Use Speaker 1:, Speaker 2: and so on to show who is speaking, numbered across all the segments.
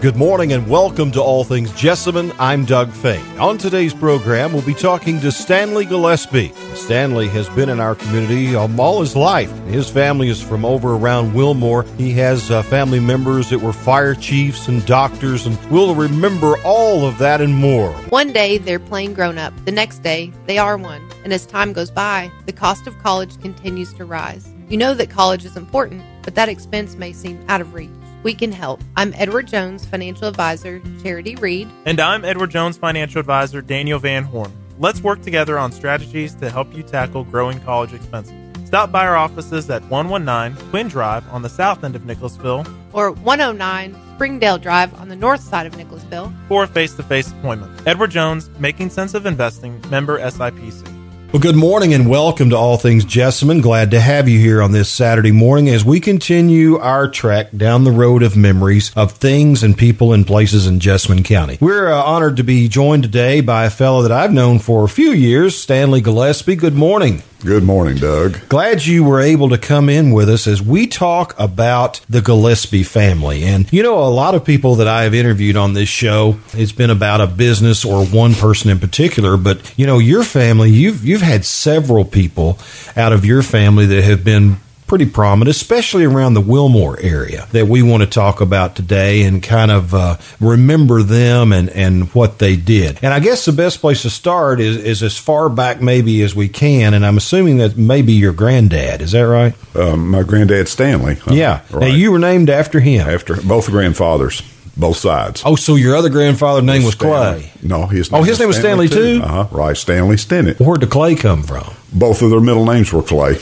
Speaker 1: Good morning and welcome to All Things Jessamine. I'm Doug Fay. On today's program, we'll be talking to Stanley Gillespie. Stanley has been in our community um, all his life. His family is from over around Wilmore. He has uh, family members that were fire chiefs and doctors, and we'll remember all of that and more.
Speaker 2: One day they're plain grown up, the next day they are one. And as time goes by, the cost of college continues to rise. You know that college is important, but that expense may seem out of reach. We can help. I'm Edward Jones, financial advisor, Charity Reed.
Speaker 3: And I'm Edward Jones financial advisor Daniel Van Horn. Let's work together on strategies to help you tackle growing college expenses. Stop by our offices at 119 Quinn Drive on the south end of Nicholasville
Speaker 2: or 109 Springdale Drive on the north side of Nicholasville.
Speaker 3: for a face to face appointment. Edward Jones, Making Sense of Investing, member SIPC.
Speaker 1: Well, good morning and welcome to All Things Jessamine. Glad to have you here on this Saturday morning as we continue our trek down the road of memories of things and people and places in Jessamine County. We're uh, honored to be joined today by a fellow that I've known for a few years, Stanley Gillespie. Good morning.
Speaker 4: Good morning, Doug.
Speaker 1: Glad you were able to come in with us as we talk about the Gillespie family. And you know, a lot of people that I have interviewed on this show, it's been about a business or one person in particular. But you know, your family, you've you've had several people out of your family that have been pretty prominent, especially around the Wilmore area that we want to talk about today and kind of uh, remember them and, and what they did. And I guess the best place to start is, is as far back maybe as we can. And I'm assuming that maybe your granddad. Is that right?
Speaker 4: Um, my granddad Stanley. huh?
Speaker 1: yeah. Now,
Speaker 4: Uh, Right.
Speaker 1: you were named after him.
Speaker 4: after both grandfathers, both sides.
Speaker 1: Oh, so your other grandfather's name was
Speaker 4: Stanley.
Speaker 1: Clay.
Speaker 4: No, his
Speaker 1: Oh, his name was Stanley, too?
Speaker 4: Uh-huh, right, Stanley Stennett.
Speaker 1: Where'd the Clay come from?
Speaker 4: Both of their middle names were Clay.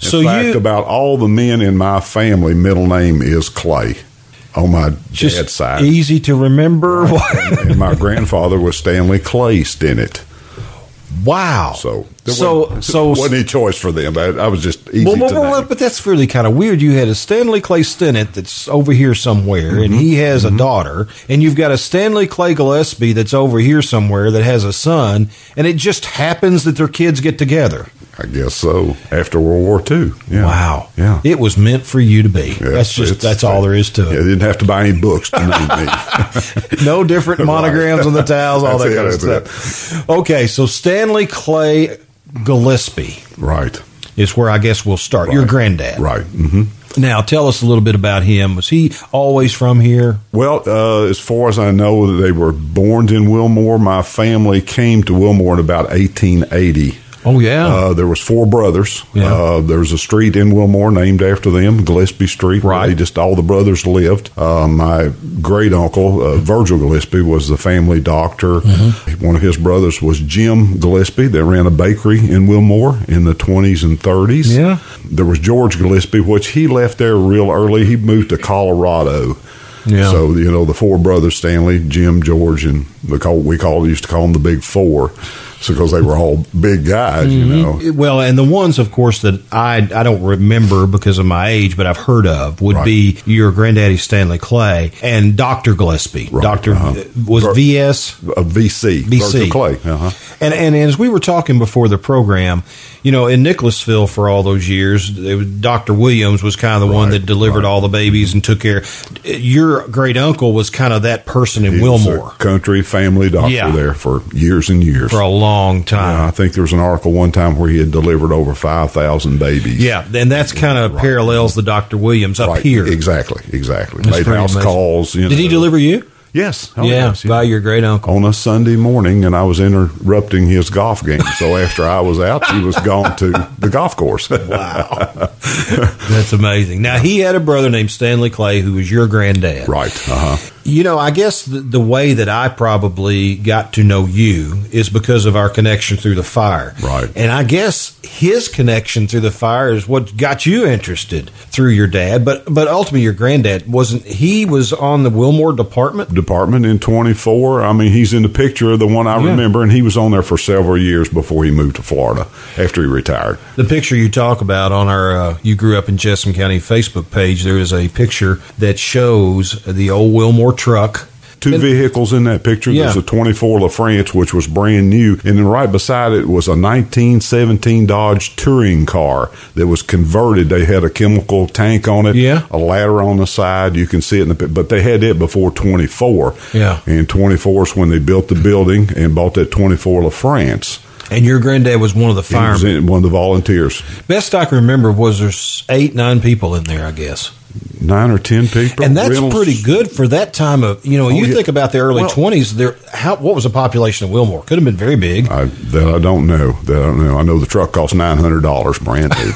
Speaker 4: In
Speaker 1: so
Speaker 4: fact,
Speaker 1: you
Speaker 4: about all the men in my family, middle name is Clay on my dad's
Speaker 1: just
Speaker 4: side.
Speaker 1: easy to remember.
Speaker 4: and my grandfather was Stanley Clay Stennett.
Speaker 1: wow.
Speaker 4: So, there
Speaker 1: so
Speaker 4: wasn't,
Speaker 1: so
Speaker 4: wasn't any choice for them. I, I was just easy
Speaker 1: Well,
Speaker 4: to
Speaker 1: well, well,
Speaker 4: name.
Speaker 1: but that's really kind of weird. You had a Stanley Clay Stennett that's over here somewhere, and he
Speaker 4: Mm-hmm.
Speaker 1: has a daughter, and you've got a Stanley Clay Gillespie that's over here somewhere that has a son, and it just happens that their kids get together.
Speaker 4: I guess so. After World War II. Yeah.
Speaker 1: Wow,
Speaker 4: Yeah.
Speaker 1: it was meant for you to be.
Speaker 4: Yeah,
Speaker 1: that's just
Speaker 4: it's-
Speaker 1: that's all there is to
Speaker 4: Yeah,
Speaker 1: it.
Speaker 4: they didn't have to buy any books to name me.
Speaker 1: No different
Speaker 4: Right.
Speaker 1: monograms on the towels, all that
Speaker 4: That's
Speaker 1: kind of
Speaker 4: it, that's
Speaker 1: stuff. Okay, so Stanley Clay Gillespie
Speaker 4: Right,
Speaker 1: is where I guess we'll start. Your
Speaker 4: Right.
Speaker 1: granddad.
Speaker 4: right. hmm
Speaker 1: Now, tell us a little bit about him. Was he always from here?
Speaker 4: Well, uh, as far as I know, they were born in Wilmore. My family came to Wilmore in about 1880.
Speaker 1: Oh yeah.
Speaker 4: Uh, there was four brothers.
Speaker 1: Yeah.
Speaker 4: Uh, there was a street in Wilmore named after them, Gillespie Street. where
Speaker 1: Right.
Speaker 4: they just all the brothers lived. Uh, my great uncle uh, Virgil Gillespie was the family doctor.
Speaker 1: Mm-hmm.
Speaker 4: One of his brothers was Jim Gillespie that ran a bakery in Wilmore in the twenties and thirties.
Speaker 1: Yeah.
Speaker 4: There was George Gillespie, which he left there real early. He moved to Colorado.
Speaker 1: Yeah.
Speaker 4: So you know the four brothers Stanley, Jim, George, and the call, we call used to call them the Big Four, so because they were all big guys, you know.
Speaker 1: Well, and the ones, of course, that I I don't remember because of my age, but I've heard of would
Speaker 4: Right.
Speaker 1: be your granddaddy Stanley Clay and Doctor Gillespie.
Speaker 4: Right,
Speaker 1: Doctor uh,
Speaker 4: uh-huh.
Speaker 1: was
Speaker 4: Ver-
Speaker 1: VS.
Speaker 4: A VC,
Speaker 1: VC.
Speaker 4: Virgil Clay. Uh-huh.
Speaker 1: And, and as we were talking before the program, you know, in Nicholasville for all those years, Doctor Williams was kind of the one
Speaker 4: Right,
Speaker 1: that delivered all the babies and took care. Your great uncle was kind of that person in
Speaker 4: He was a
Speaker 1: Wilmore
Speaker 4: country family doctor
Speaker 1: Yeah.
Speaker 4: there for years and years.
Speaker 1: for a long time.
Speaker 4: Uh, I think there was an article one time where he had delivered over five thousand babies.
Speaker 1: Yeah, and that's kind of
Speaker 4: Right.
Speaker 1: parallels the Doctor Williams up
Speaker 4: Right,
Speaker 1: here.
Speaker 4: exactly, exactly.
Speaker 1: That's
Speaker 4: Made
Speaker 1: pretty
Speaker 4: house
Speaker 1: amazing.
Speaker 4: calls. You know.
Speaker 1: Did he deliver you?
Speaker 4: Yes. Oh,
Speaker 1: yeah,
Speaker 4: yes,
Speaker 1: by your great uncle.
Speaker 4: on a Sunday morning, and I was interrupting his golf game. So after I was out, he was gone to the golf course.
Speaker 1: Wow, that's amazing. Now he had a brother named Stanley Clay, who was your granddad.
Speaker 4: right. Uh huh.
Speaker 1: You know, I guess the, the way that I probably got to know you is because of our connection through the fire.
Speaker 4: Right.
Speaker 1: And I guess his connection through the fire is what got you interested through your dad. But but ultimately, your granddad wasn't. He was on the Wilmore Department.
Speaker 4: Department in 24. I mean, he's in the picture of the one I
Speaker 1: Yeah.
Speaker 4: remember, and he was on there for several years before he moved to Florida after he retired.
Speaker 1: The picture you talk about on our uh, You Grew Up in Jessam County Facebook page, there is a picture that shows the old Wilmore truck
Speaker 4: two
Speaker 1: And-
Speaker 4: vehicles in that picture. There's
Speaker 1: Yeah.
Speaker 4: a 24 LaFrance, which was brand new. And then right beside it was a 1917 Dodge touring car that was converted. They had a chemical tank on it,
Speaker 1: Yeah.
Speaker 4: a ladder on the side. You can see it in the pic- But they had it before 24.
Speaker 1: Yeah.
Speaker 4: And 24 is when they built the building and bought that 24 LaFrance.
Speaker 1: And your granddad was one of the
Speaker 4: He was
Speaker 1: firemen.
Speaker 4: in one of the volunteers.
Speaker 1: Best I can remember was there's eight, nine people in there, I guess.
Speaker 4: Nine or 10 people.
Speaker 1: And that's
Speaker 4: Reynolds-
Speaker 1: pretty good for that time of you know. you
Speaker 4: Oh, yeah.
Speaker 1: think about the early
Speaker 4: Well-
Speaker 1: twenties. There, how what was the population of Wilmore? Could have been very big.
Speaker 4: I, that I don't know. That I don't know. I know the truck cost nine hundred dollars brand new,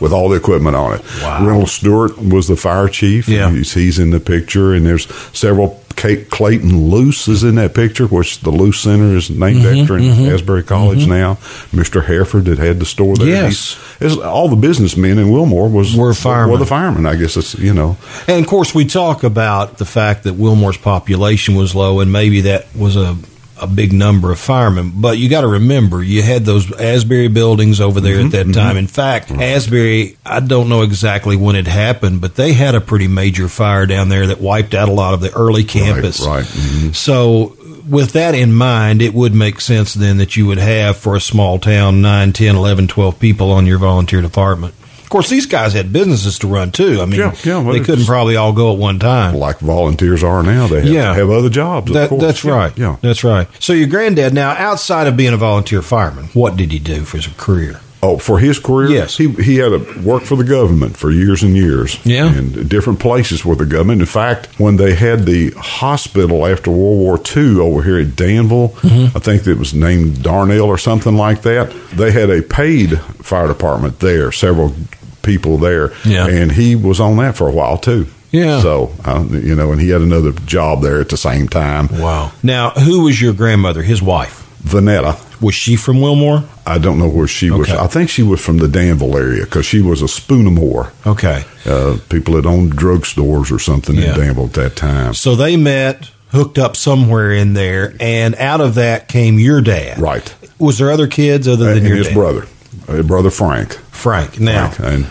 Speaker 4: with all the equipment on it.
Speaker 1: Wow.
Speaker 4: Reynolds Stewart was the fire chief.
Speaker 1: Yeah.
Speaker 4: he's, he's in the picture, and there's several. Kate Clayton Luce is in that picture, which the Luce Center is named
Speaker 1: Mm-hmm,
Speaker 4: after in Asbury College now. Mr. Hereford that had the store there.
Speaker 1: Yes.
Speaker 4: He's- it's- all the businessmen in Wilmore was
Speaker 1: Were firemen.
Speaker 4: Were the firemen, I guess. It's you know
Speaker 1: And of course, we talk about the fact that Wilmore's population was low, and maybe that was a a big number of firemen. But you got to remember, you had those Asbury buildings over there at that
Speaker 4: Mm-hmm,
Speaker 1: time. In fact, Asbury, I don't know exactly when it happened, but they had a pretty major fire down there that wiped out a lot of the early campus.
Speaker 4: right, mhm.
Speaker 1: So. With that in mind, it would make sense then that you would have for a small town 9, 10, 11, 12 people on your volunteer department. Of course, these guys had businesses to run too. I mean,
Speaker 4: Yeah, yeah, well,
Speaker 1: they
Speaker 4: it's-
Speaker 1: couldn't probably all go at one time.
Speaker 4: like volunteers are now. They have,
Speaker 1: Yeah.
Speaker 4: have other jobs. of
Speaker 1: That-
Speaker 4: course.
Speaker 1: that's
Speaker 4: Yeah,
Speaker 1: right.
Speaker 4: Yeah.
Speaker 1: that's right. So your granddad now, outside of being a volunteer fireman, what did he do for his career?
Speaker 4: Oh, for his career,
Speaker 1: Yes.
Speaker 4: he he had a work for the government for years and years,
Speaker 1: Yeah.
Speaker 4: and different places with the government. In fact, when they had the hospital after World War II over here at Danville,
Speaker 1: Mm-hmm.
Speaker 4: I think it was named Darnell or something like that. They had a paid fire department there, several people there,
Speaker 1: Yeah.
Speaker 4: and he was on that for a while too.
Speaker 1: Yeah.
Speaker 4: So, I, you know, and he had another job there at the same time.
Speaker 1: Wow. Now, who was your grandmother? His wife
Speaker 4: Vanetta,
Speaker 1: was she from Wilmore?
Speaker 4: I don't know where she was.
Speaker 1: Okay.
Speaker 4: I think she was from the Danville area because she was a Spoonamore.
Speaker 1: Okay.
Speaker 4: uh, people that owned drugstores or something
Speaker 1: Yeah.
Speaker 4: in Danville at that time.
Speaker 1: So they met, hooked up somewhere in there, and out of that came your dad.
Speaker 4: Right.
Speaker 1: Was there other kids other than
Speaker 4: And
Speaker 1: your
Speaker 4: his
Speaker 1: dad?
Speaker 4: brother, uh, brother Frank.
Speaker 1: Frank? Now,
Speaker 4: Frank, and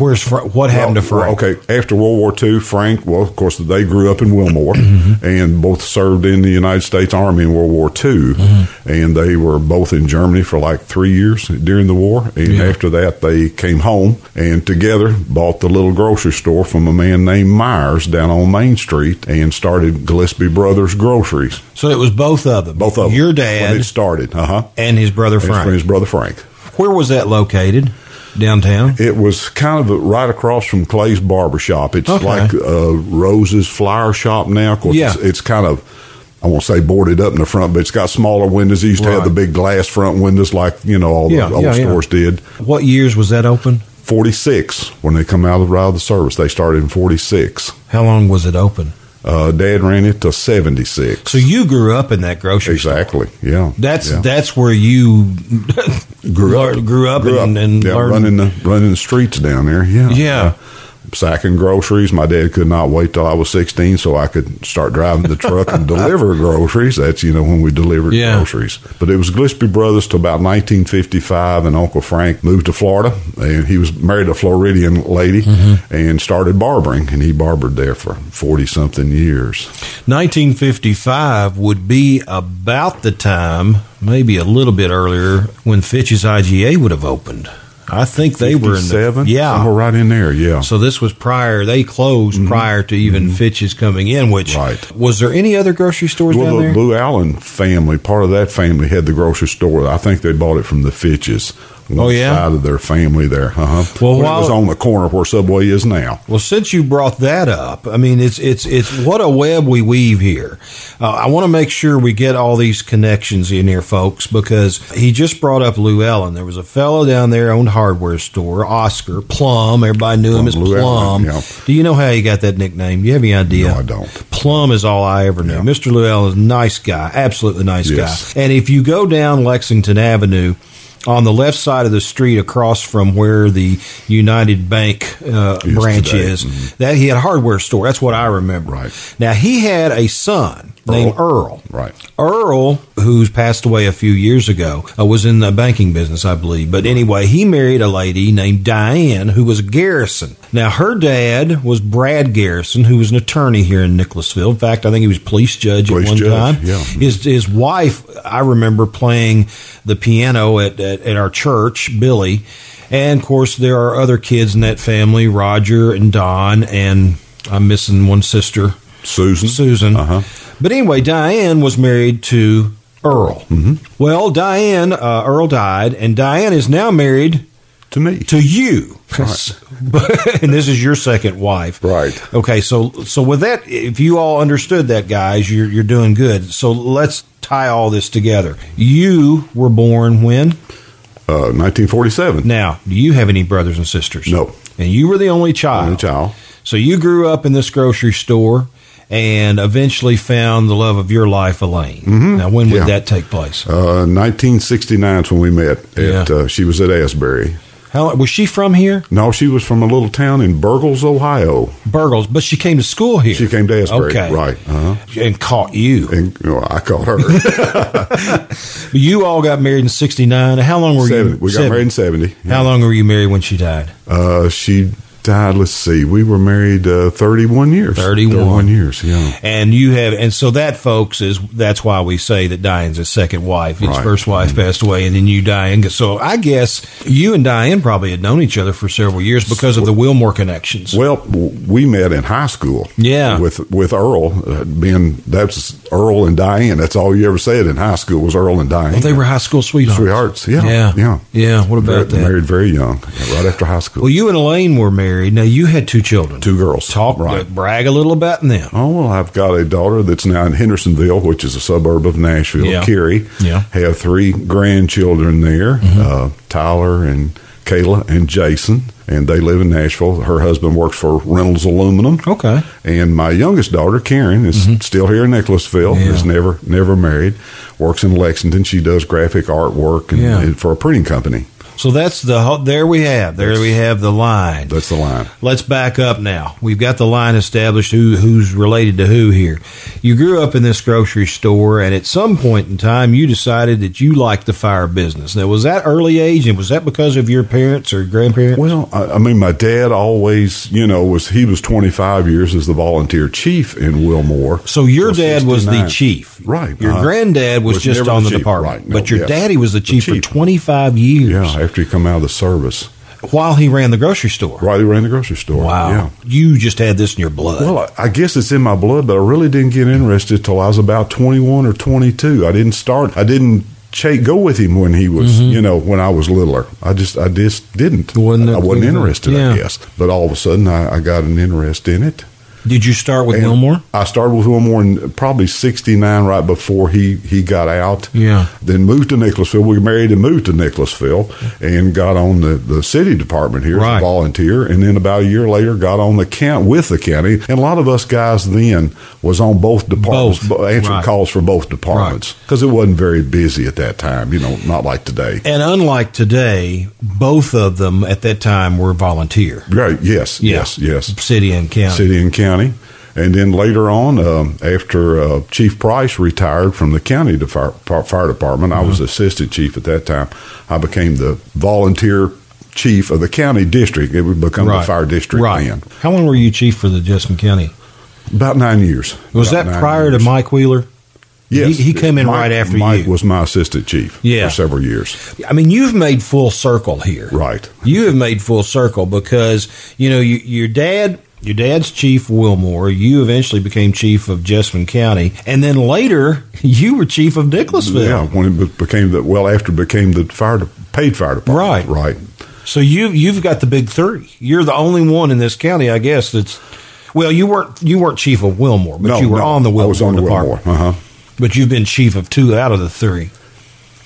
Speaker 1: where's Fra- what happened to Frank?
Speaker 4: Well, okay, after World War II, Frank. Well, of course, they grew up in Wilmore,
Speaker 1: Mm-hmm.
Speaker 4: and both served in the United States Army in World War II,
Speaker 1: Mm-hmm.
Speaker 4: and they were both in Germany for like three years during the war. And
Speaker 1: Yeah.
Speaker 4: after that, they came home and together bought the little grocery store from a man named Myers down on Main Street, and started Gillespie Brothers Groceries.
Speaker 1: So it was both of them.
Speaker 4: Both of them.
Speaker 1: Your
Speaker 4: when
Speaker 1: dad
Speaker 4: it started. Uh huh.
Speaker 1: and his brother
Speaker 4: His,
Speaker 1: Frank.
Speaker 4: friend- his brother Frank.
Speaker 1: Where was that located? Downtown.
Speaker 4: It was kind of right across from Clay's barber shop. It's
Speaker 1: Okay.
Speaker 4: like uh, Rose's flower shop now. Of course,
Speaker 1: Yeah.
Speaker 4: it's, it's kind of. I won't say boarded up in the front, but it's got smaller windows. It used to have
Speaker 1: Right.
Speaker 4: the big glass front windows, like you know all the
Speaker 1: Yeah,
Speaker 4: old
Speaker 1: yeah, yeah.
Speaker 4: stores did.
Speaker 1: What years was that open?
Speaker 4: Forty six when they come out of, out of the service, they started in forty six.
Speaker 1: How long was it open?
Speaker 4: Uh, Dad ran it to seventy six.
Speaker 1: So you grew up in that grocery store.
Speaker 4: exactly, yeah.
Speaker 1: That's
Speaker 4: yeah.
Speaker 1: that's where you
Speaker 4: grew
Speaker 1: lear- grew up and- and
Speaker 4: yeah,
Speaker 1: learned-
Speaker 4: running the running the streets down there. Yeah,
Speaker 1: Yeah.
Speaker 4: sacking groceries. My dad could not wait till I was 16 so I could start driving the truck and deliver groceries. That's, you know, when we delivered
Speaker 1: Yeah.
Speaker 4: groceries. But it was Gillespie Brothers till about 1955, and Uncle Frank moved to Florida, and he was married to a Floridian lady
Speaker 1: Mm-hmm.
Speaker 4: and started barbering, and he barbered there for 40 something years.
Speaker 1: 1955 would be about the time, maybe a little bit earlier, when Fitch's IGA would have opened. I think they were in the,
Speaker 4: seven,
Speaker 1: yeah.
Speaker 4: somewhere right in there, yeah.
Speaker 1: So this was prior. They closed prior to even Fitch's coming in. Which
Speaker 4: Mm-hmm. Right.
Speaker 1: was there any other grocery stores
Speaker 4: Well,
Speaker 1: down
Speaker 4: the
Speaker 1: there?
Speaker 4: Blue Allen family, part of that family had the grocery store. I think they bought it from the Fitches.
Speaker 1: Oh, yeah?
Speaker 4: side of their family there. Uh huh.
Speaker 1: Well,
Speaker 4: it
Speaker 1: while-
Speaker 4: was on the corner where Subway is now.
Speaker 1: Well, since you brought that up, I mean, it's it's it's what a web we weave here. Uh, I want to make sure we get all these connections in here, folks, because he just brought up Lou Ellen. There was a fellow down there owned a hardware store, Oscar Plum. Everybody knew him as
Speaker 4: Lou
Speaker 1: Plum.
Speaker 4: Allen, yeah.
Speaker 1: Do you know how he got that nickname? Do you have any idea?
Speaker 4: No, I don't.
Speaker 1: Plum is all I ever knew. Mr. Lou Allen is a nice guy, absolutely nice
Speaker 4: Yes.
Speaker 1: guy. And if you go down Lexington Avenue, on the left side of the street, across from where the United Bank uh,
Speaker 4: Yes,
Speaker 1: branch
Speaker 4: today.
Speaker 1: is, that he had a hardware store. That's what I remember.
Speaker 4: Right.
Speaker 1: Now he had a son named Earl.
Speaker 4: Right.
Speaker 1: Earl, who's passed away a few years ago, uh, was in the banking business, I believe. But anyway, he married a lady named Diane, who was a Garrison. Now, her dad was Brad Garrison, who was an attorney here in Nicholasville. In fact, I think he was police judge
Speaker 4: Police
Speaker 1: at one
Speaker 4: judge,
Speaker 1: time.
Speaker 4: yeah.
Speaker 1: His his wife, I remember playing the piano at, at, at our church, Billy. And of course, there are other kids in that family, Roger and Don, and I'm missing one sister.
Speaker 4: Susan.
Speaker 1: Susan.
Speaker 4: Uh-huh.
Speaker 1: But anyway, Diane was married to Earl. Mm-hmm. Well, Diane, uh, Earl died, and Diane is now married
Speaker 4: To me.
Speaker 1: to you. But- and this is your second wife.
Speaker 4: Right.
Speaker 1: Okay, so so with that, if you all understood that, guys, you're, you're doing good. So let's tie all this together. You were born when?
Speaker 4: Uh, 1947.
Speaker 1: Now, do you have any brothers and sisters?
Speaker 4: No.
Speaker 1: And you were the only child.
Speaker 4: Only child.
Speaker 1: So you grew up in this grocery store and eventually found the love of your life, Elaine. Now, when would
Speaker 4: Mm-hmm. Yeah.
Speaker 1: that take place?
Speaker 4: Uh, 1969 is when we met. At,
Speaker 1: Yeah.
Speaker 4: uh, she was at Asbury.
Speaker 1: How was she from here,
Speaker 4: No, she was from a little town in Burgles, Ohio.
Speaker 1: Burgles? But she came to school here.
Speaker 4: She came to Asbury,
Speaker 1: Okay.
Speaker 4: right? Uh-huh.
Speaker 1: and caught you.
Speaker 4: And you know, I called her.
Speaker 1: But you all got married in '69. How long were you?
Speaker 4: Seventy. We got
Speaker 1: Seven.
Speaker 4: married in seventy.
Speaker 1: How long were you married when she died?
Speaker 4: Uh, she died. Let's see. We were married uh, thirty-one years.
Speaker 1: 31.
Speaker 4: years. Yeah.
Speaker 1: And you have, and so that, folks, is that's why we say that Diane's his second wife. His
Speaker 4: Right. Mm-hmm.
Speaker 1: first wife passed away, and then you, Diane. So I guess you and Diane probably had known each other for several years because of the Wilmore connections.
Speaker 4: Well, w- we met in high school.
Speaker 1: Yeah.
Speaker 4: With with Earl uh, being that's Earl and Diane. That's all you ever said in high school was Earl and Diane.
Speaker 1: Well, they were high school sweethearts.
Speaker 4: sweethearts. Yeah.
Speaker 1: Yeah.
Speaker 4: Yeah.
Speaker 1: Yeah, What
Speaker 4: Very-
Speaker 1: about that?
Speaker 4: Married very young, yeah, right after high school.
Speaker 1: Well, you and Elaine were married. Now you had two children.
Speaker 4: Two girls.
Speaker 1: Talk,
Speaker 4: right.
Speaker 1: brag a little about them.
Speaker 4: Oh well, I've got a daughter that's now in Hendersonville, which is a suburb of Nashville.
Speaker 1: Yeah.
Speaker 4: Cary.
Speaker 1: Yeah. Mm-hmm.
Speaker 4: Have three grandchildren there, uh, Tyler and Kayla and Jason, and they live in Nashville. Her husband works for Reynolds Aluminum.
Speaker 1: Okay.
Speaker 4: And my youngest daughter, Karen, is still here in Nicholasville.
Speaker 1: Mm-hmm. Yeah.
Speaker 4: Is never never married. Works in Lexington. She does graphic artwork and,
Speaker 1: Yeah.
Speaker 4: and for a printing company.
Speaker 1: So that's the ho- there we have there we have the line.
Speaker 4: That's the line.
Speaker 1: Let's back up now. We've got the line established who who's related to who here. You grew up in this grocery store and at some point in time you decided that you liked the fire business. Now was that early age and was that because of your parents or grandparents?
Speaker 4: Well, I, I mean, my dad always, you know, was he was 25 years as the volunteer chief in Wilmore.
Speaker 1: So your
Speaker 4: Well,
Speaker 1: dad was the
Speaker 4: 69.
Speaker 1: chief.
Speaker 4: Right.
Speaker 1: Your
Speaker 4: Uh-huh.
Speaker 1: granddad was,
Speaker 4: Was
Speaker 1: just
Speaker 4: never
Speaker 1: on
Speaker 4: the
Speaker 1: the
Speaker 4: chief,
Speaker 1: department.
Speaker 4: right. No,
Speaker 1: but your
Speaker 4: yes.
Speaker 1: daddy was the
Speaker 4: The
Speaker 1: chief,
Speaker 4: chief.
Speaker 1: for 25 years
Speaker 4: Yeah, after he come out of the service,
Speaker 1: while he ran the grocery store.
Speaker 4: right? He ran the grocery store.
Speaker 1: Wow.
Speaker 4: Yeah.
Speaker 1: You just had this in your blood.
Speaker 4: Well, I- I guess it's in my blood, but I really didn't get interested till I was about 21 or 22. I didn't start. I didn't. Chase, go with him when he was, you know, when I was littler. I just, I just didn't.
Speaker 1: Mm-hmm. Wasn't that
Speaker 4: I wasn't
Speaker 1: cool?
Speaker 4: interested,
Speaker 1: Yeah.
Speaker 4: I guess. But all of a sudden, I, I got an interest in it.
Speaker 1: Did you start with
Speaker 4: And
Speaker 1: Wilmore?
Speaker 4: I started with Wilmore in probably '69, right before he he got out.
Speaker 1: Yeah.
Speaker 4: Then moved to Nicholasville. We married and moved to Nicholasville, and got on the, the city department here as
Speaker 1: Right.
Speaker 4: a volunteer. And then about a year later, got on the count with the county. And a lot of us guys then was on both departments,
Speaker 1: Both.
Speaker 4: bo- answered
Speaker 1: Right.
Speaker 4: calls for both departments because it wasn't very busy at that time. You know, not like today.
Speaker 1: And unlike today, both of them at that time were volunteer,
Speaker 4: Right? Yes.
Speaker 1: Yeah.
Speaker 4: Yes. Yes.
Speaker 1: city and county.
Speaker 4: city and county. And then later on, um, after uh, Chief Price retired from the county de- fire, par- fire department, I was
Speaker 1: Mm-hmm.
Speaker 4: assistant chief at that time. I became the volunteer chief of the county district. It would become the fire district
Speaker 1: Right.
Speaker 4: then.
Speaker 1: How long were you chief for the Justin County?
Speaker 4: About nine years.
Speaker 1: Was
Speaker 4: About
Speaker 1: that
Speaker 4: nine
Speaker 1: prior
Speaker 4: years.
Speaker 1: to Mike Wheeler?
Speaker 4: Yes,
Speaker 1: he- he came in
Speaker 4: Mike-
Speaker 1: right after
Speaker 4: Mike
Speaker 1: you.
Speaker 4: was my assistant chief.
Speaker 1: Yeah.
Speaker 4: for several years.
Speaker 1: I mean, you've made full circle here.
Speaker 4: Right.
Speaker 1: You have made full circle because you know you, your dad. Your dad's chief Wilmore. You eventually became chief of Jessamine County, and then later you were chief of Nicholasville.
Speaker 4: Yeah, when it be- became the well after it became the fire de- paid fire
Speaker 1: Right.
Speaker 4: department. Right.
Speaker 1: So you you've got the big three. You're the only one in this county, I guess. That's well, you weren't you weren't chief of Wilmore, but
Speaker 4: no,
Speaker 1: you were
Speaker 4: no,
Speaker 1: on the Wilmore
Speaker 4: I was on the
Speaker 1: department.
Speaker 4: Wilmore. Uh huh.
Speaker 1: But you've been chief of two out of the three.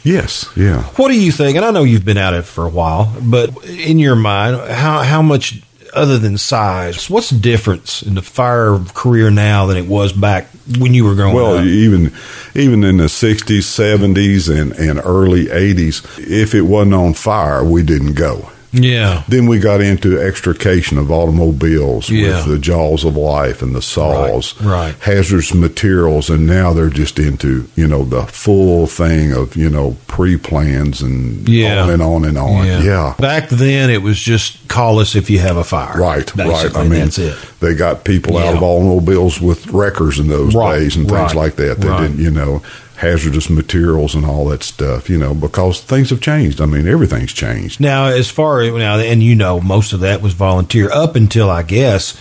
Speaker 4: Yes. Yeah.
Speaker 1: What do you think? And I know you've been at it for a while, but in your mind, how how much other than size, what's the difference in the fire career now than it was back when you were growing
Speaker 4: Well,
Speaker 1: up?
Speaker 4: even even in the sixties, seventies, and, and early eighties, if it wasn't on fire, we didn't go.
Speaker 1: Yeah.
Speaker 4: Then we got into extrication of automobiles
Speaker 1: Yeah.
Speaker 4: with the jaws of life and the saws,
Speaker 1: right.
Speaker 4: hazardous materials, and now they're just into you know the full thing of you know pre plans and
Speaker 1: Yeah.
Speaker 4: on and on and on. yeah.
Speaker 1: Back then, it was just call us if you have a fire.
Speaker 4: Right, right.
Speaker 1: Basically,
Speaker 4: I mean,
Speaker 1: that's it.
Speaker 4: They got people out of
Speaker 1: Yeah.
Speaker 4: automobiles with wreckers in those
Speaker 1: Right,
Speaker 4: days and things
Speaker 1: right,
Speaker 4: like that. They
Speaker 1: right.
Speaker 4: didn't, you know, hazardous materials and all that stuff, you know, because things have changed. I mean, everything's changed.
Speaker 1: Now, as far as now, and you know, most of that was volunteer up until I guess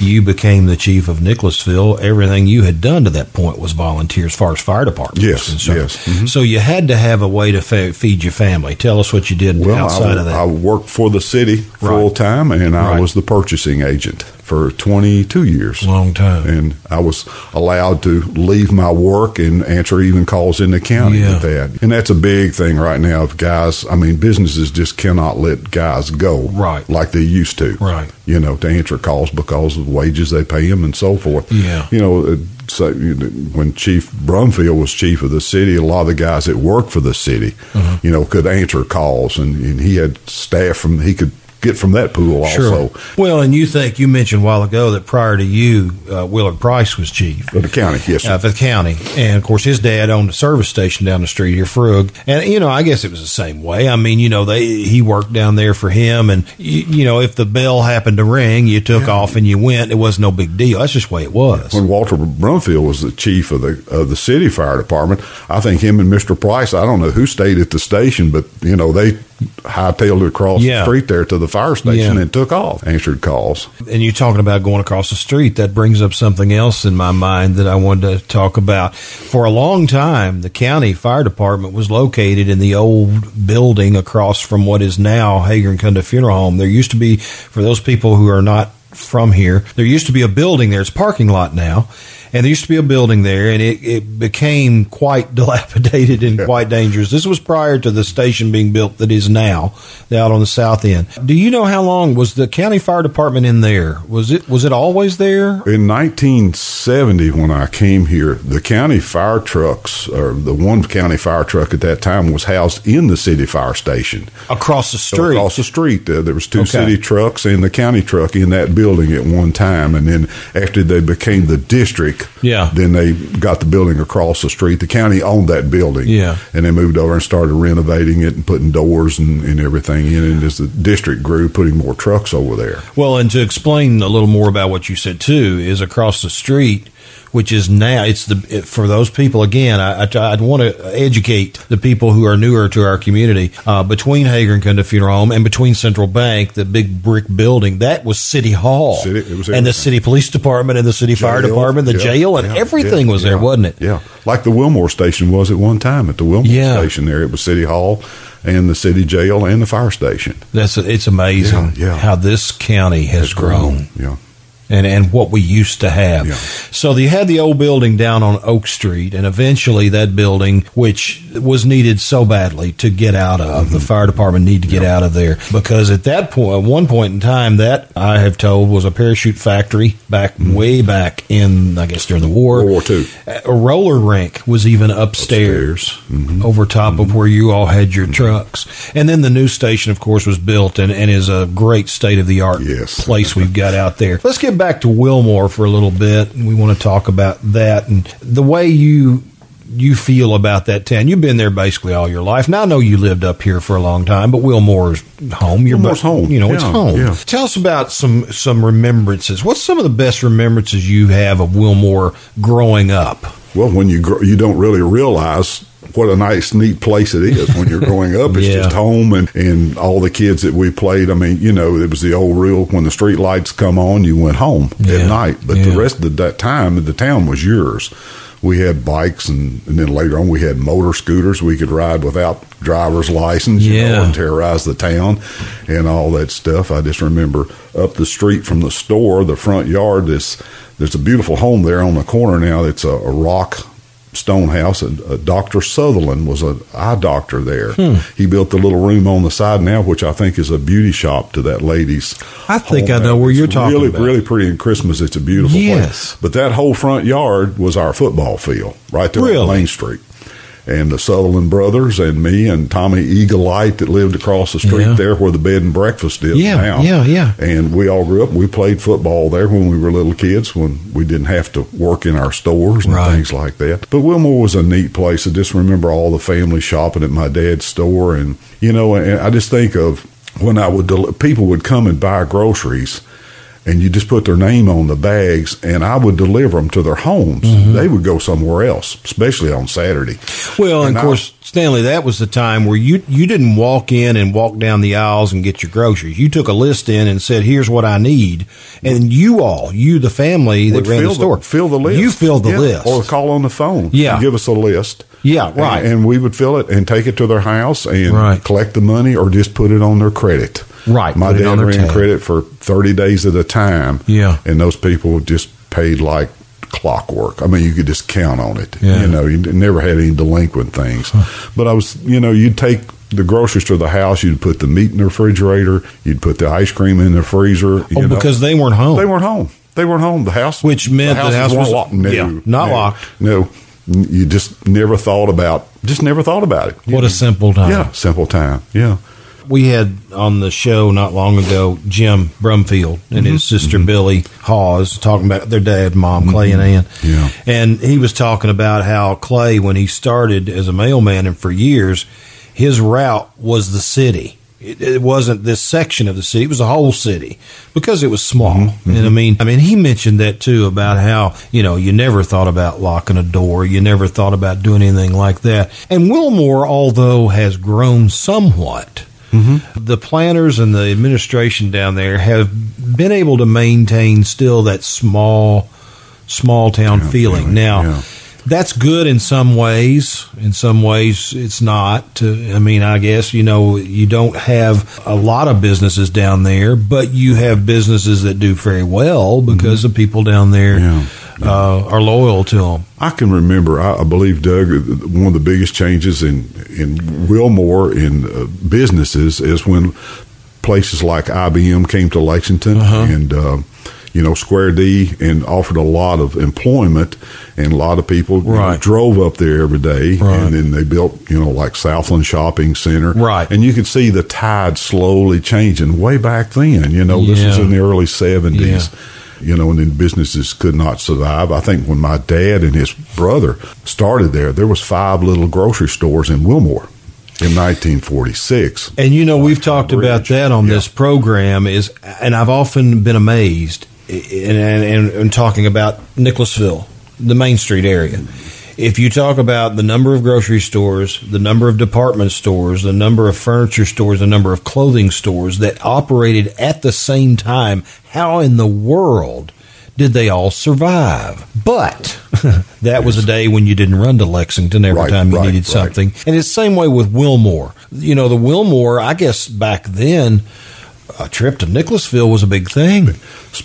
Speaker 1: you became the chief of Nicholasville. Everything you had done to that point was volunteer, as far as fire department.
Speaker 4: Yes,
Speaker 1: was concerned.
Speaker 4: yes, mhm.
Speaker 1: So you had to have a way to fa- feed your family. Tell us what you did
Speaker 4: Well,
Speaker 1: outside
Speaker 4: I,
Speaker 1: of that.
Speaker 4: I worked for the city full
Speaker 1: Right.
Speaker 4: time and I
Speaker 1: Right.
Speaker 4: was the purchasing agent for 22 years.
Speaker 1: Long time.
Speaker 4: And I was allowed to leave my work and answer even calls in the county
Speaker 1: Yeah.
Speaker 4: with that. And that's a big thing right now of guys. I mean, businesses just cannot let guys go
Speaker 1: Right.
Speaker 4: like they used to.
Speaker 1: Right.
Speaker 4: You know, to answer calls because of the wages they pay them and so forth.
Speaker 1: Yeah.
Speaker 4: You know, uh, so you know, when Chief Brumfield was chief of the city, a lot of the guys that worked for the city,
Speaker 1: Uh-huh.
Speaker 4: you know, could answer calls, and, and he had staff from he could get from that pool also.
Speaker 1: Well, and you think you mentioned a while ago that prior to you, uh, Willard Price was chief.
Speaker 4: Of the county, yes, sir.
Speaker 1: uh, for the county. And of course, his dad owned a service station down the street here, Frug. And you know, I guess it was the same way. I mean, you know, they he worked down there for him, and you, you know, if the bell happened to ring, you took off and you went. It was no big deal. That's just the way it was.
Speaker 4: when Walter Brumfield was the chief of the of the city fire department, I think him and Mr. Price, I don't know who stayed at the station, but you know they hightailed it across
Speaker 1: Yeah.
Speaker 4: the street there to the fire station
Speaker 1: Yeah.
Speaker 4: and took off, answered calls.
Speaker 1: And you talking about going across the street, that brings up something else in my mind that I wanted to talk about. For a long time, the county fire department was located in the old building across from what is now Hager and Kunda Funeral Home. There used to be, for those people who are not from here, there used to be a building there. It's a parking lot now. And there used to be a building there, and it, it became quite dilapidated and quite dangerous. This was prior to the station being built that is now out on the south end. Do you know how long was the county fire department in there? Was it was it always there?
Speaker 4: In 1970, when I came here, the county fire trucks, or the one county fire truck at that time, was housed in the city fire station.
Speaker 1: Across the
Speaker 4: So
Speaker 1: street.
Speaker 4: across the street, uh, there was two
Speaker 1: Okay.
Speaker 4: city trucks and the county truck in that building at one time. And then after they became the district,
Speaker 1: Yeah.
Speaker 4: then they got the building across the street. The county owned that building,
Speaker 1: Yeah.
Speaker 4: and they moved over and started renovating it and putting doors and, and everything in. And as the district grew, putting more trucks over there.
Speaker 1: Well, and to explain a little more about what you said too is across the street, which is now it's the it, for those people again. I, I would want to educate the people who are newer to our community uh, between Hager and Kunda Funeral Home and between Central Bank, the big brick building that was City Hall
Speaker 4: City- it was
Speaker 1: and the
Speaker 4: everything.
Speaker 1: city police department and the city fire
Speaker 4: Jail,
Speaker 1: department, the
Speaker 4: yeah,
Speaker 1: jail, and
Speaker 4: yeah,
Speaker 1: everything
Speaker 4: yeah,
Speaker 1: was
Speaker 4: yeah,
Speaker 1: there, wasn't it?
Speaker 4: Yeah, like the Wilmore station was at one time. At the Wilmore
Speaker 1: Yeah.
Speaker 4: station, there it was City Hall and the city jail and the fire station
Speaker 1: That's it's amazing
Speaker 4: Yeah, yeah.
Speaker 1: how this county has grown.
Speaker 4: Yeah,
Speaker 1: and, and what we used to have.
Speaker 4: Yeah.
Speaker 1: So you had the old building down on Oak Street, and eventually that building, which was needed so badly to get out of, the fire department need to get out of there because at that point, at one point in time, that I have told was a parachute factory back way back in, I guess during the war.
Speaker 4: World War Two.
Speaker 1: Uh, A roller rink was even upstairs, over top of where you all had your trucks, and then the new station, of course, was built and, and is a great state of the art
Speaker 4: Yes.
Speaker 1: place we've got out there. Let's get back to Wilmore for a little bit, and we want to talk about that and the way you you feel about that town. You've been there basically all your life. Now I know you lived up here for a long time, but Wilmore's home. Your
Speaker 4: Wilmore's home.
Speaker 1: You know, it's
Speaker 4: Yeah,
Speaker 1: home.
Speaker 4: yeah.
Speaker 1: Tell us about some some remembrances. What's some of the best remembrances you have of Wilmore growing up?
Speaker 4: Well, when you grow, you don't really realize what a nice, neat place it is when you're growing up. It's
Speaker 1: Yeah.
Speaker 4: just home and, and all the kids that we played. I mean, you know, it was the old rule when the street lights come on, you went home
Speaker 1: Yeah.
Speaker 4: at night. But
Speaker 1: Yeah.
Speaker 4: the rest of the, that time, the town was yours. We had bikes, and, and then later on, we had motor scooters. We could ride without driver's license, you know,
Speaker 1: Yeah.
Speaker 4: and terrorize the town and all that stuff. I just remember up the street from the store, the front yard, this there's a beautiful home there on the corner now. It's a, a rock stone house and uh, Dr. Sutherland was an eye doctor there.
Speaker 1: Hmm.
Speaker 4: He built the little room on the side now which I think is a beauty shop to that lady's.
Speaker 1: I think
Speaker 4: home.
Speaker 1: I know where
Speaker 4: It's
Speaker 1: you're talking
Speaker 4: really,
Speaker 1: about.
Speaker 4: Really pretty in Christmas. It's a beautiful
Speaker 1: Yes.
Speaker 4: place. But that whole front yard was our football field right there
Speaker 1: Really?
Speaker 4: on Main Street. and the Sutherland brothers and me and Tommy Eagleite that lived across the street
Speaker 1: Yeah.
Speaker 4: there where the bed and breakfast is
Speaker 1: Yeah,
Speaker 4: now.
Speaker 1: yeah, yeah.
Speaker 4: And we all grew up. We played football there when we were little kids when we didn't have to work in our stores and
Speaker 1: Right.
Speaker 4: things like that. But Wilmore was a neat place. I just remember all the family shopping at my dad's store, and you know, and I just think of when I would del- people would come and buy groceries and you just put their name on the bags, and I would deliver them to their homes. They would go somewhere else, especially on Saturday.
Speaker 1: Well, and
Speaker 4: And
Speaker 1: of
Speaker 4: I-
Speaker 1: course, Stanley, that was the time where you you didn't walk in and walk down the aisles and get your groceries. You took a list in and said, "Here's what I need," and you all, you the family that
Speaker 4: Would
Speaker 1: ran the store,
Speaker 4: fill the list.
Speaker 1: You filled the
Speaker 4: Yeah,
Speaker 1: list,
Speaker 4: or call on the phone.
Speaker 1: Yeah.
Speaker 4: and give us a list.
Speaker 1: Yeah,
Speaker 4: And-
Speaker 1: right.
Speaker 4: And, we would fill it and take it to their house and
Speaker 1: Right.
Speaker 4: collect the money, or just put it on their credit.
Speaker 1: Right,
Speaker 4: My
Speaker 1: put it
Speaker 4: dad
Speaker 1: on their
Speaker 4: ran
Speaker 1: tab.
Speaker 4: credit for thirty days at a time.
Speaker 1: Yeah.
Speaker 4: and those people just paid like clockwork. I mean, you could just count on it.
Speaker 1: Yeah.
Speaker 4: You know, you never had any delinquent things. But I was, you know, you'd take the groceries to the house, you'd put the meat in the refrigerator, you'd put the ice cream in the freezer. you
Speaker 1: oh,
Speaker 4: know.
Speaker 1: because they weren't home.
Speaker 4: They weren't home. They weren't home. The house,
Speaker 1: Which meant the house
Speaker 4: houses weren't
Speaker 1: was-
Speaker 4: locked. No,
Speaker 1: yeah, not
Speaker 4: no,
Speaker 1: locked.
Speaker 4: No, you just never thought about. Just never thought about it.
Speaker 1: what a simple time.
Speaker 4: yeah, simple time. Yeah,
Speaker 1: We had on the show not long ago Jim Brumfield and his sister Billy Hawes talking about their dad, mom, Clay, and Ann.
Speaker 4: Yeah.
Speaker 1: And he was talking about how Clay, when he started as a mailman and for years, his route was the city. It, it wasn't this section of the city; it was the whole city because it was small. And I mean, I mean, he mentioned that too about how you know you never thought about locking a door, you never thought about doing anything like that. And Wilmore, although has grown somewhat, the planners and the administration down there have been able to maintain still that small small town feeling.
Speaker 4: feeling,
Speaker 1: Now,
Speaker 4: yeah.
Speaker 1: that's good in some ways. In some ways, it's not. Uh, I mean, I guess you know you don't have a lot of businesses down there, but you have businesses that do very well because the people down there
Speaker 4: Mm-hmm. Yeah,
Speaker 1: Uh, are loyal to them.
Speaker 4: I can remember. I, I believe Doug. One of the biggest changes in in Wilmore in uh, businesses is when places like IBM came to Lexington
Speaker 1: Uh-huh.
Speaker 4: and. Uh, you know, Square D and offered a lot of employment, and a lot of people you know,
Speaker 1: Right.
Speaker 4: drove up there every day.
Speaker 1: Right.
Speaker 4: And then they built, you know, like Southland Shopping Center.
Speaker 1: Right.
Speaker 4: And you could see the tide slowly changing way back then. You know, this was
Speaker 1: Yeah.
Speaker 4: in the early 70s you know, and then businesses could not survive. I think when my dad and his brother started there, there was five little grocery stores in Wilmore in 1946.
Speaker 1: And you know, we've talked
Speaker 4: bridge.
Speaker 1: about that on
Speaker 4: Yeah.
Speaker 1: this program is, and I've often been amazed in, in, in, in talking about Nicholasville, the Main Street area. If you talk about the number of grocery stores, the number of department stores, the number of furniture stores, the number of clothing stores that operated at the same time, how in the world did they all survive? But that was a day when you didn't run to Lexington every
Speaker 4: Right,
Speaker 1: time you
Speaker 4: right,
Speaker 1: needed
Speaker 4: right.
Speaker 1: something. And it's the same way with Wilmore. You know, the Wilmore, I guess back then, a trip to Nicholasville was a big thing.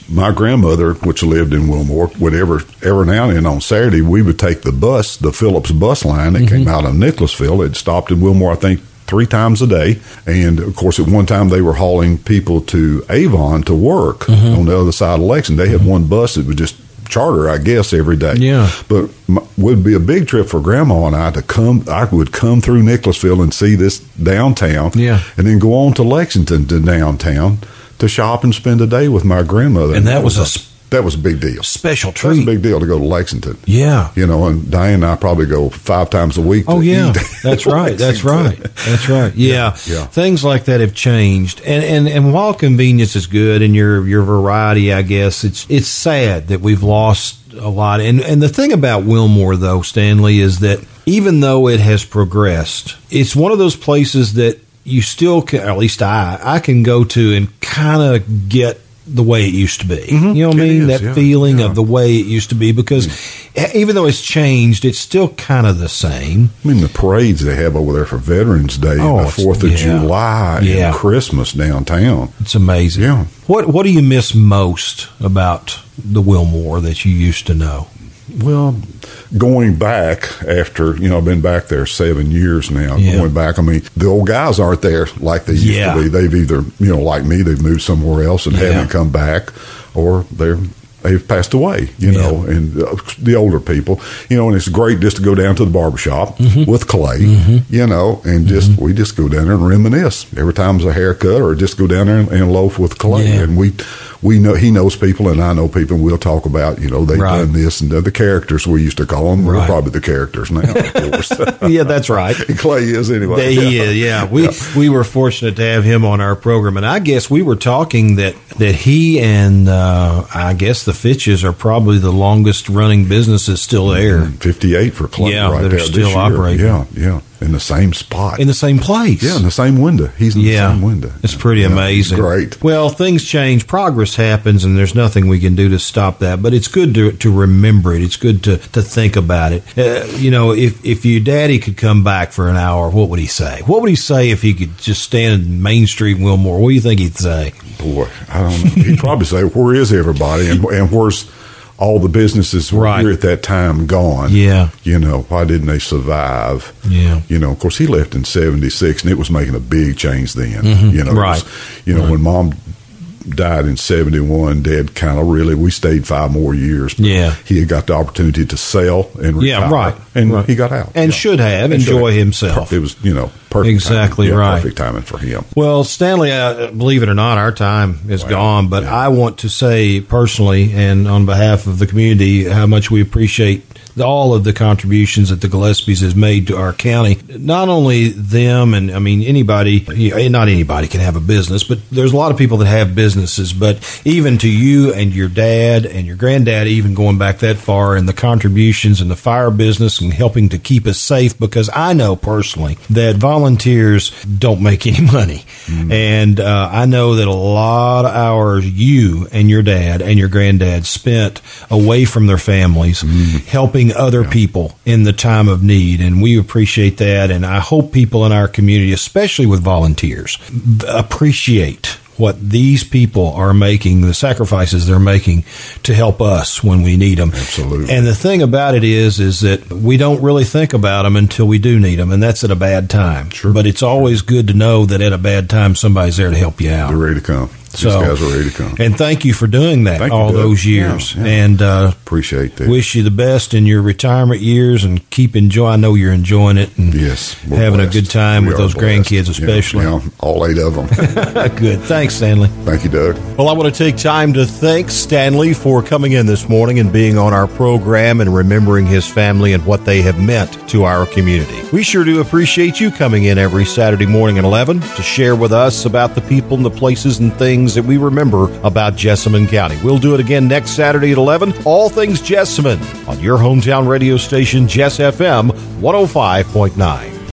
Speaker 4: My grandmother, which lived in Wilmore, would ever, every now and then on Saturday, we would take the bus, the Phillips bus line that
Speaker 1: Mm-hmm.
Speaker 4: came out of Nicholasville. It stopped in Wilmore, I think, three times a day. And of course, at one time, they were hauling people to Avon to work
Speaker 1: Mm-hmm.
Speaker 4: on the other side of Lexington. They had one bus that would just charter, I guess, every day.
Speaker 1: Yeah.
Speaker 4: But m would be a big trip for Grandma and I to come. I would come through Nicholasville and see this downtown.
Speaker 1: Yeah.
Speaker 4: And then go on to Lexington to downtown to shop and spend a day with my grandmother.
Speaker 1: And that was a s-
Speaker 4: that was a big deal.
Speaker 1: Special
Speaker 4: That was a
Speaker 1: treat.
Speaker 4: big deal to go to Lexington.
Speaker 1: yeah.
Speaker 4: You know, and Diane and I probably go five times a week. to
Speaker 1: Oh yeah,
Speaker 4: eat
Speaker 1: that's
Speaker 4: at
Speaker 1: right. That's right.
Speaker 4: Lexington.
Speaker 1: That's right. Yeah.
Speaker 4: yeah.
Speaker 1: Things like that have changed, and and and while convenience is good and your your variety, I guess it's it's sad that we've lost a lot. And and the thing about Wilmore though, Stanley, is that even though it has progressed, it's one of those places that you still can, or at least I, I can go to and kind of get the way it used to be. You know what I
Speaker 4: Mm-hmm. It
Speaker 1: mean?
Speaker 4: is,
Speaker 1: that
Speaker 4: yeah,
Speaker 1: feeling
Speaker 4: yeah. Mm.
Speaker 1: of the way it used to be because e, even though it's changed, it's still kind of the same.
Speaker 4: I mean, the parades they have over there for Veterans Day
Speaker 1: Oh,
Speaker 4: and the
Speaker 1: it's-
Speaker 4: Fourth of
Speaker 1: yeah.
Speaker 4: July
Speaker 1: Yeah.
Speaker 4: and Christmas downtown.
Speaker 1: It's amazing.
Speaker 4: Yeah.
Speaker 1: What What do you miss most about the Wilmore that you used to know?
Speaker 4: Well, going back after you know, I've been back there seven years now.
Speaker 1: Yeah.
Speaker 4: Going back, I mean, the old guys aren't there like they used
Speaker 1: Yeah.
Speaker 4: to be. They've either you know, like me, they've moved somewhere else and
Speaker 1: Yeah.
Speaker 4: haven't come back, or they're they've passed away, you
Speaker 1: Yeah.
Speaker 4: know, and uh, the older people, you know, and it's great just to go down to the barbershop
Speaker 1: Mm-hmm.
Speaker 4: with Clay, you know, and just we just go down there and reminisce every time's a haircut, or just go down there and, and loaf with Clay,
Speaker 1: Yeah.
Speaker 4: and we we know he knows people, and I know people, and we'll talk about you know they've
Speaker 1: Right.
Speaker 4: done this and the, the characters we used to call them.
Speaker 1: Right.
Speaker 4: We're probably the characters now, of course.
Speaker 1: yeah, that's right.
Speaker 4: Clay is anyway.
Speaker 1: There he is. Yeah, we we were fortunate to have him on our program, and I guess we were talking that that he and uh, I guess the Fitches are probably the longest running businesses still there
Speaker 4: Mm-hmm. 58 for Clay
Speaker 1: Yeah,
Speaker 4: right
Speaker 1: that are
Speaker 4: there this
Speaker 1: still
Speaker 4: year.
Speaker 1: operating.
Speaker 4: Yeah, yeah, in the same spot.
Speaker 1: in the same place.
Speaker 4: yeah, in the same window. He's in
Speaker 1: Yeah,
Speaker 4: the same window.
Speaker 1: It's pretty
Speaker 4: Yeah,
Speaker 1: amazing.
Speaker 4: Great.
Speaker 1: Well, things change, progress happens, and there's nothing we can do to stop that. But it's good to, to remember it. It's good to, to think about it. Uh, you know, if if your daddy could come back for an hour, what would he say? What would he say if he could just stand in Main Street, in Wilmore? What do you think he'd say?
Speaker 4: Boy, I don't know. He'd probably say, "Where is everybody? And, and where's all the businesses were
Speaker 1: Right.
Speaker 4: here at that time gone?
Speaker 1: Yeah.
Speaker 4: you know, why didn't they survive?
Speaker 1: Yeah.
Speaker 4: you know. Of course, he left in '76, and it was making a big change then. You know, it
Speaker 1: Mm-hmm. Right.
Speaker 4: was- you know, when Mom died in 71 dad kind of really we stayed five more years but
Speaker 1: Yeah.
Speaker 4: he had got the opportunity to sell and
Speaker 1: Yeah,
Speaker 4: retire,
Speaker 1: right,
Speaker 4: and
Speaker 1: right.
Speaker 4: he got out
Speaker 1: And
Speaker 4: Yeah.
Speaker 1: should have
Speaker 4: And should
Speaker 1: enjoy
Speaker 4: have.
Speaker 1: himself.
Speaker 4: it was you know perfect
Speaker 1: Exactly
Speaker 4: timing. Yeah,
Speaker 1: right.
Speaker 4: perfect timing for him
Speaker 1: Well, Stanley, uh, believe it or not, our time is gone. But I want to say personally, and on behalf of the community, how much we appreciate all of the contributions that the Gillespies has made to our county. Not only them, and I mean anybody, yeah, eh, not anybody can have a business, but there's a lot of people that have businesses. But even to you and your dad and your granddad, even going back that far, and the contributions in the fire business and helping to keep us safe, because I know personally that volunteers don't make any money. And uh, I know that a lot of hours you and your dad and your granddad spent away from their families helping other people in the time of need. And we appreciate that. And I hope people in our community, especially with volunteers, b- appreciate what these people are making, the sacrifices they're making to help us when we need them.
Speaker 4: Absolutely.
Speaker 1: And the thing about it is, is that we don't really think about them until we do need them, and that's at a bad time. Sure. But it's always good to know that at a bad time, somebody's there to help you out.
Speaker 4: They're ready to come.
Speaker 1: So-
Speaker 4: These guys are ready to come.
Speaker 1: And thank you for doing that
Speaker 4: Thank you,
Speaker 1: all
Speaker 4: Doug.
Speaker 1: those years.
Speaker 4: Yeah, yeah.
Speaker 1: And uh,
Speaker 4: Appreciate that.
Speaker 1: wish you the best in your retirement years and keep enjoying. I know you're enjoying it and
Speaker 4: yes, we're
Speaker 1: having
Speaker 4: blessed.
Speaker 1: a good time
Speaker 4: We
Speaker 1: with
Speaker 4: are
Speaker 1: those
Speaker 4: blessed.
Speaker 1: grandkids,
Speaker 4: Yeah,
Speaker 1: especially.
Speaker 4: yeah, all eight of them.
Speaker 1: Good. Thanks, Stanley.
Speaker 4: Thank you, Doug.
Speaker 1: Well, I want to take time to thank Stanley for coming in this morning and being on our program and remembering his family and what they have meant to our community. We sure do appreciate you coming in every Saturday morning at 11 to share with us about the people and the places and things that we remember about Jessamine County. We'll do it again next Saturday at 11, all oh things Jessamine, on your hometown radio station, Jess FM 105.9.